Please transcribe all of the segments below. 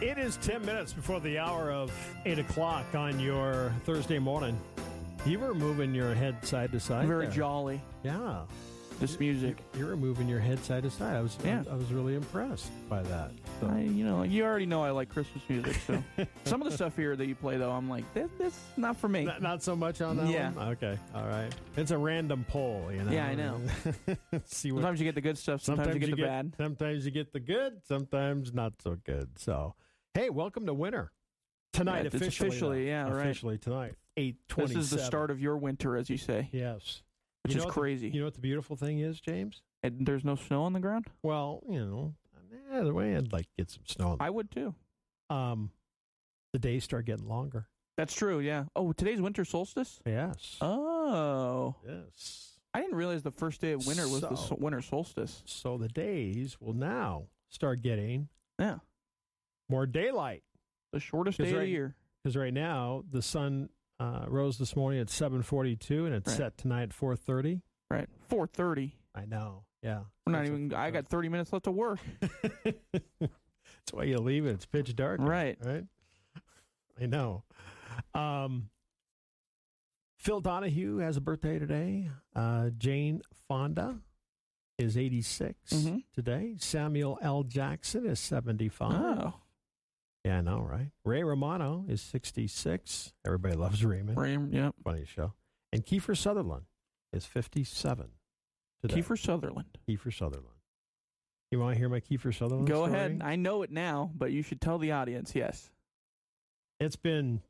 It is 10 minutes before the hour of 8 o'clock on your Thursday morning. You were moving your head side to side. Very there. jolly. Yeah. This music. You were moving your head side to side. I was, Yeah. I, was really impressed by that. So, I, you know, you already know I like Christmas music. So some of the stuff here that you play, though, I'm like, this, this is not for me. not, not so much on that Yeah. one? Okay. All right. It's a random poll, you know? Yeah, I know. See what Sometimes you get the good stuff. Sometimes, you get the bad. Sometimes you get the good, sometimes not so good. So, hey, welcome to winter tonight. Yeah, it's officially, officially, though. yeah, right. officially tonight. Eight twenty. This is the start of your winter, as you say, Yes, which You is know what the- crazy. you know what the beautiful thing is, James? and there's no snow on the ground. Well, you know, either way, I'd like to get some snow. I would too. Um, the days start getting longer. That's true. Yeah. Oh, today's winter solstice. Yes. Oh, Yes. I didn't realize the first day of winter was the So- so- winter solstice. So the days will now start getting Yeah, more daylight. the shortest 'Cause day of right- the year. because right now the sun uh, rose this morning at 7:42 and it's Right. set tonight at 4:30. Right. Four thirty. I know. Yeah. We're not That's even. what- I got thirty minutes left to work. That's why you leave it. It's pitch dark. Right. Right. I know. Um, Phil Donahue has a birthday today. Uh, Jane Fonda is 86 Mhm. today. Samuel L. Jackson is 75. Oh, Yeah, I know, right? Ray Romano is 66. Everybody loves Raymond. Ram. Yep. funny show. And Kiefer Sutherland is 57 today. Kiefer Sutherland. Kiefer Sutherland. You want to hear my Kiefer Sutherland Go story? ahead. I know it now, but you should tell the audience. Yes. It's been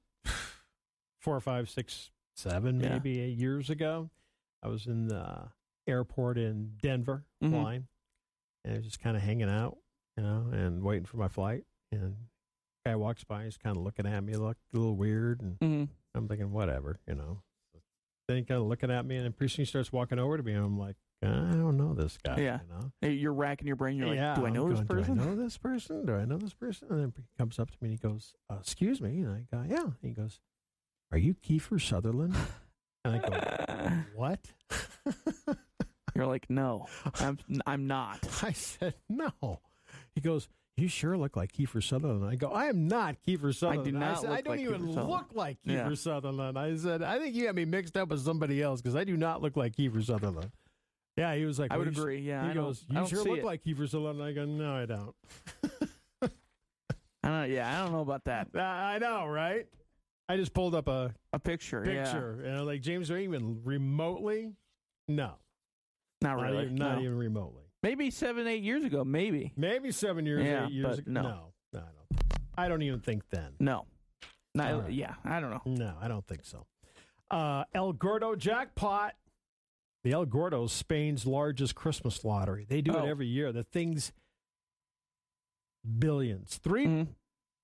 four, five, six, seven, Yeah. maybe eight years ago. I was in the airport in Denver, Mhm. flying, and I was just kind of hanging out, you know, and waiting for my flight. And guy walks by, he's kind of looking at me, looked a little weird, and Mm-hmm. I'm thinking, whatever, you know. Then he kind of looking at me, and then pretty soon he starts walking over to me, and I'm like, I don't know this guy. Yeah. You know? You're racking your brain. You're like, do I I'm know this going, person? Do I know this person? Do I know this person? And then he comes up to me and he goes, uh, Excuse me. And I go, Yeah. And he goes, Are you Kiefer Sutherherland? And I go, What? You're like, no, I'm. I'm not. I said, No. He goes, You sure look like Kiefer Sutherland. I go, I am not Kiefer Sutherland. not said, I look don't like Kiefer even Sutherland." look like Kiefer Yeah. Sutherland. I said, I think you got me mixed up with somebody else because I do not look like Kiefer Sutherland. Yeah, he was like, I "Well, would you s- agree. Yeah. He I don't- goes, I don't You sure see look it. like Kiefer Sutherland. I go, No, I don't. I don't, yeah, I don't know about that. I I know, right? I just pulled up a A picture. Yeah. picture. You know, like James, are you even remotely? No, Not not, really. even, not no. even remotely. Maybe seven, eight years ago. Maybe. Maybe seven years, Yeah, eight years but ago. no. no, no, I don't. I don't even think then. No. Not, All right. Yeah. I don't know. No, I don't think so. Uh, El Gordo jackpot. The El Gordo is Spain's largest Christmas lottery. They do Oh. it every year. The thing's billions. 3 Mhm.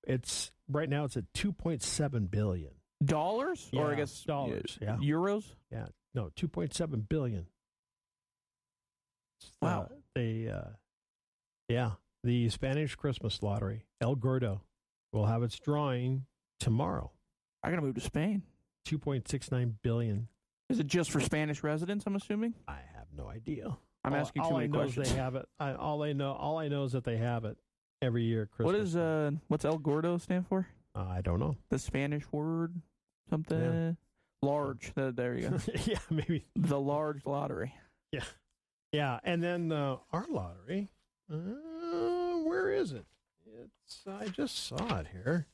It's right now. It's at two point seven billion. Dollars or I Yeah, guess dollars, uh, yeah. Euros. No, two point seven billion. Wow. Uh, they, uh, yeah, the Spanish Christmas lottery, El Gordo, will have its drawing tomorrow. I gotta move to Spain. Two point six nine billion. Is it just for Spanish residents? I'm assuming. I have no idea. I'm all, asking all too many I know questions. Is they have it. I, all I know, all I know is that they have it every year. at Christmas what is time. uh? What's El Gordo stand for? Uh, I don't know. The Spanish word something. Large. Th- there you go. yeah, maybe. the large lottery. Yeah, and then uh, our lottery. Uh, where is it? It's. I just saw it here.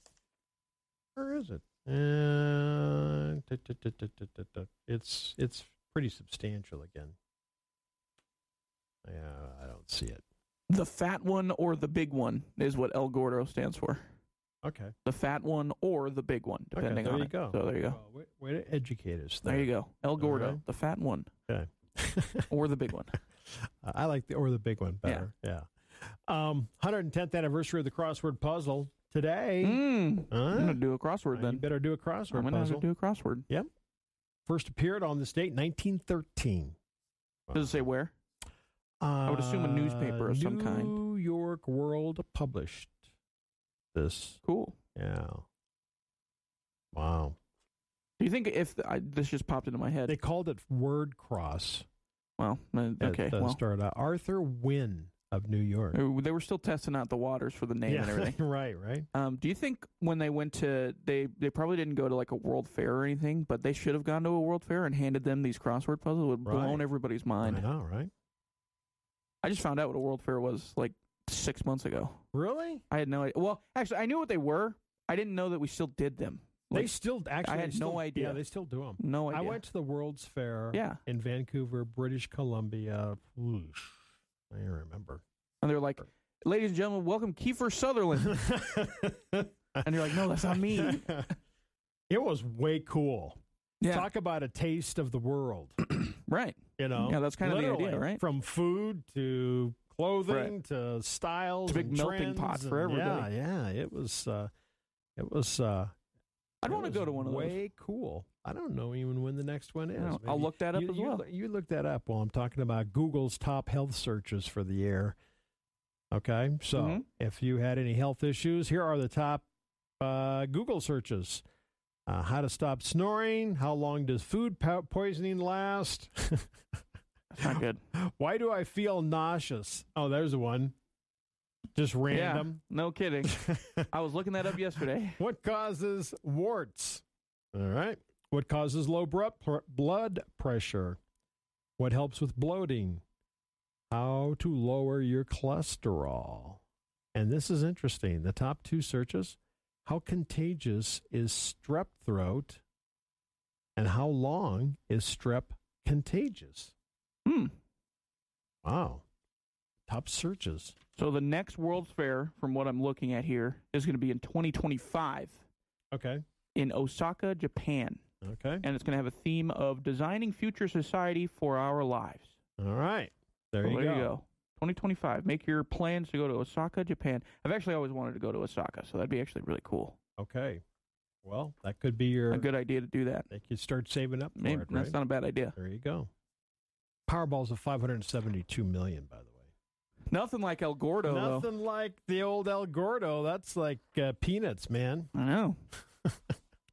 Where is it? Uh, tut, tut, tut, tut, tut, tut, tut. it's it's pretty substantial again. Yeah, I don't see it. The fat one or the big one is what El Gordo stands for. Okay. The fat one or the big one, Okay, depending there on you it. go. So there you go. Well, way, way to educate us. There you go. El Gordo, right. the fat one go. or the big one. Uh, I like the or the big one Yeah. better. Yeah. Um, 110th anniversary of the crossword puzzle today. Mm. Huh? Uh, I'm gonna do a crossword You then. better do a I'm crossword gonna have to puzzle. do a crossword. First appeared on this date, 1913. Does it say where? would assume a newspaper of some Uh, kind. New York World published this. Cool. Yeah. Wow. Do you think if I, this just popped into my head? They called it word cross. Well, uh, At, okay. uh, Well, start out. Arthur Wynne of New York. They were- they were still testing out the waters for the name and everything. right, right. Um, do you think when they went to they they probably didn't go to like a world fair or anything, but they should have gone to a world fair and handed them these crossword puzzles. It would have blown Right. everybody's I mind. know, right? I just found out what a world fair was like six months ago. Really? I had no idea. Well, actually, I knew what they were. I didn't know that we still did them. they Like, still actually. I they had no still- Yeah, idea. they still do them. no idea. I went to the World's Fair Yeah, in Vancouver, British Columbia. Whoosh, I remember. and they're like, "Ladies and gentlemen, welcome Kiefer Sutherland." And you're like, "No, that's not me." it was way cool. Yeah, Talk about a taste of the world. right. You know, Yeah, that's kind of the idea, Literally, right? From food to clothing to styles, It's a big and melting pot trends for and- everybody. Yeah, yeah, it was. Uh, it was. Uh, I'd it want to was go to one of those. Way cool. I don't know even when the next one I is. don't know. I'll Maybe- look that up you, as you well. look- You look that up while I'm talking about Google's top health searches for the year. Okay, so Mhm. if you had any health issues, here are the top uh, Google searches: uh, how to stop snoring, how long does food po- poisoning last, That's not good. why do I feel nauseous? Oh, there's one, just random. Yeah, no kidding. I was looking that up yesterday. What causes warts? All right. What causes low bru- pr- blood pressure? What helps with bloating? How to lower your cholesterol? And this is interesting. The top two searches how contagious is strep throat? And how long is strep contagious? Hmm. Wow. Top searches. So the next World's Fair, from what I'm looking at here, is going to be in 2025 Okay. in Osaka, Japan, Okay. and it's going to have a theme of designing future society for our lives. All right. There, So you, go. 2025. Make your plans to go to Osaka, Japan. I've actually always wanted to go to Osaka, so that'd be actually really cool. Okay. Well, that could be your A good idea to do that. They could start saving up for Maybe it, that's right? not a bad idea. there you go. Powerball's at 572 million, by the way. Nothing like El Gordo, Nothing like the old El Gordo. That's like uh, peanuts, man. though. I know.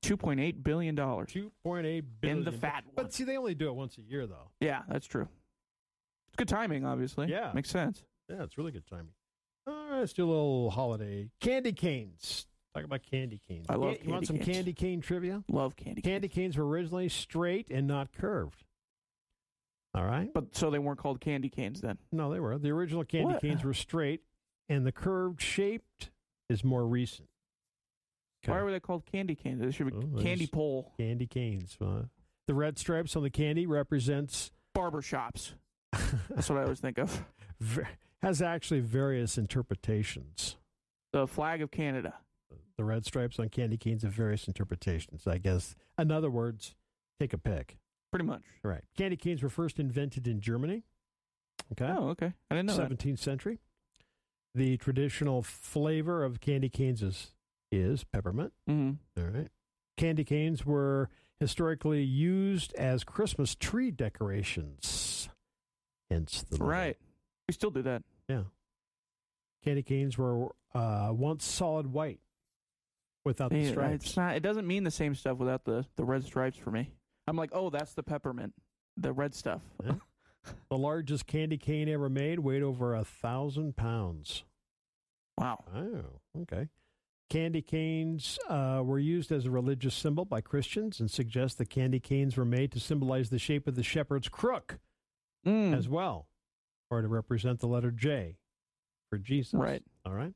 2.8 billion dollars 2.8 billion. in the fat one. But see, they only do it once a year, though. Yeah, that's true. It's good timing, obviously. Yeah. makes sense. Yeah, it's really good timing. All right, let's do a little holiday. Candy canes. Talk about candy canes. I love you, you want candy some canes. candy cane trivia? Love candy. Candy canes were originally straight and not curved. All right. But so they weren't called candy canes then. No, they were. The original candy What? canes were straight, and the curved shaped is more recent. Why Okay. were they called candy canes? They should be Oh, they candy just- pole Candy canes. huh? the red stripes on the candy represents barber shops. That's what I always think of. ver- has actually various interpretations. The flag of Canada. The red stripes on candy canes have various interpretations. I guess. In other words, take a pick. Pretty much. All right. Candy canes were first invented in Germany. Okay. Oh, okay. I didn't know that. 17th century. The traditional flavor of candy canes is, is peppermint. hmm All right. Candy canes were historically used as Christmas tree decorations. Hence the name. Right. We still do that. Yeah. Candy canes were uh, once solid white without the Yeah, stripes. it's not. It doesn't mean the same stuff without the the red stripes for me. I'm like, oh, that's the peppermint, the red stuff. Yeah. The largest candy cane ever made weighed over a thousand pounds. wow. Oh, okay. Candy canes uh, were used as a religious symbol by Christians and suggest that candy canes were made to symbolize the shape of the shepherd's crook. Mm. as well, or to represent the letter J for Jesus. Right. All right.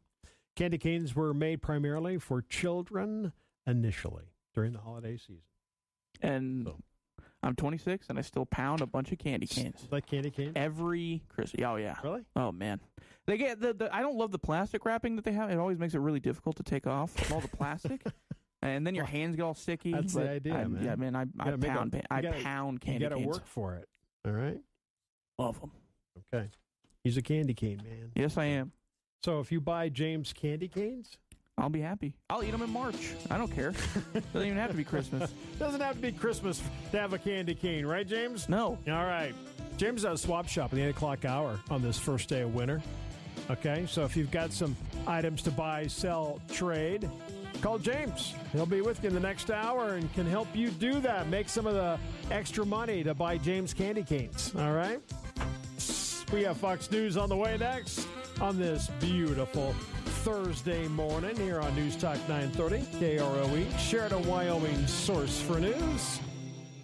Candy canes were made primarily for children initially during the holiday season. and So. I'm 26 and I still pound a bunch of candy canes Like candy canes? every Christmas. Oh yeah. Really? Oh man, they get the, the. I don't love the plastic wrapping that they have. It always makes it really difficult to take off all the plastic, and then your hands get all sticky. That's the but idea, I, man. Yeah, man. I, I gotta make a- pound. you I gotta- pound You candy got to canes. work for it. All right. Love them. Okay. He's a candy cane man. Yes, I am. So if you buy James candy canes, I'll be happy. I'll eat them in March. I don't care. Doesn't even have to be Christmas. doesn't have to be Christmas to have a candy cane, right, James? No. All right. James at a swap shop in the 8 o'clock hour on this first day of winter. Okay, so if you've got some items to buy, sell, trade, call James. He'll be with you in the next hour and can help you do that. Make some of the extra money to buy James candy canes. All right? We have Fox News on the way next on this beautiful Thursday morning here on News Talk 930, KROE, Sheridan, E, Wyoming, source for news.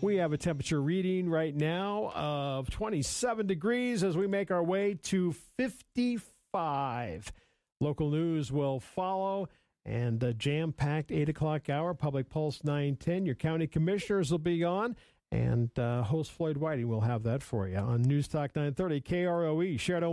We have a temperature reading right now of 27 degrees as we make our way to 55. Local news will follow and a jam packed 8 o'clock hour. Public Pulse 910. Your county commissioners will be on, and uh, host Floyd Whiting will have that for you on News Talk 930 KROE. Shared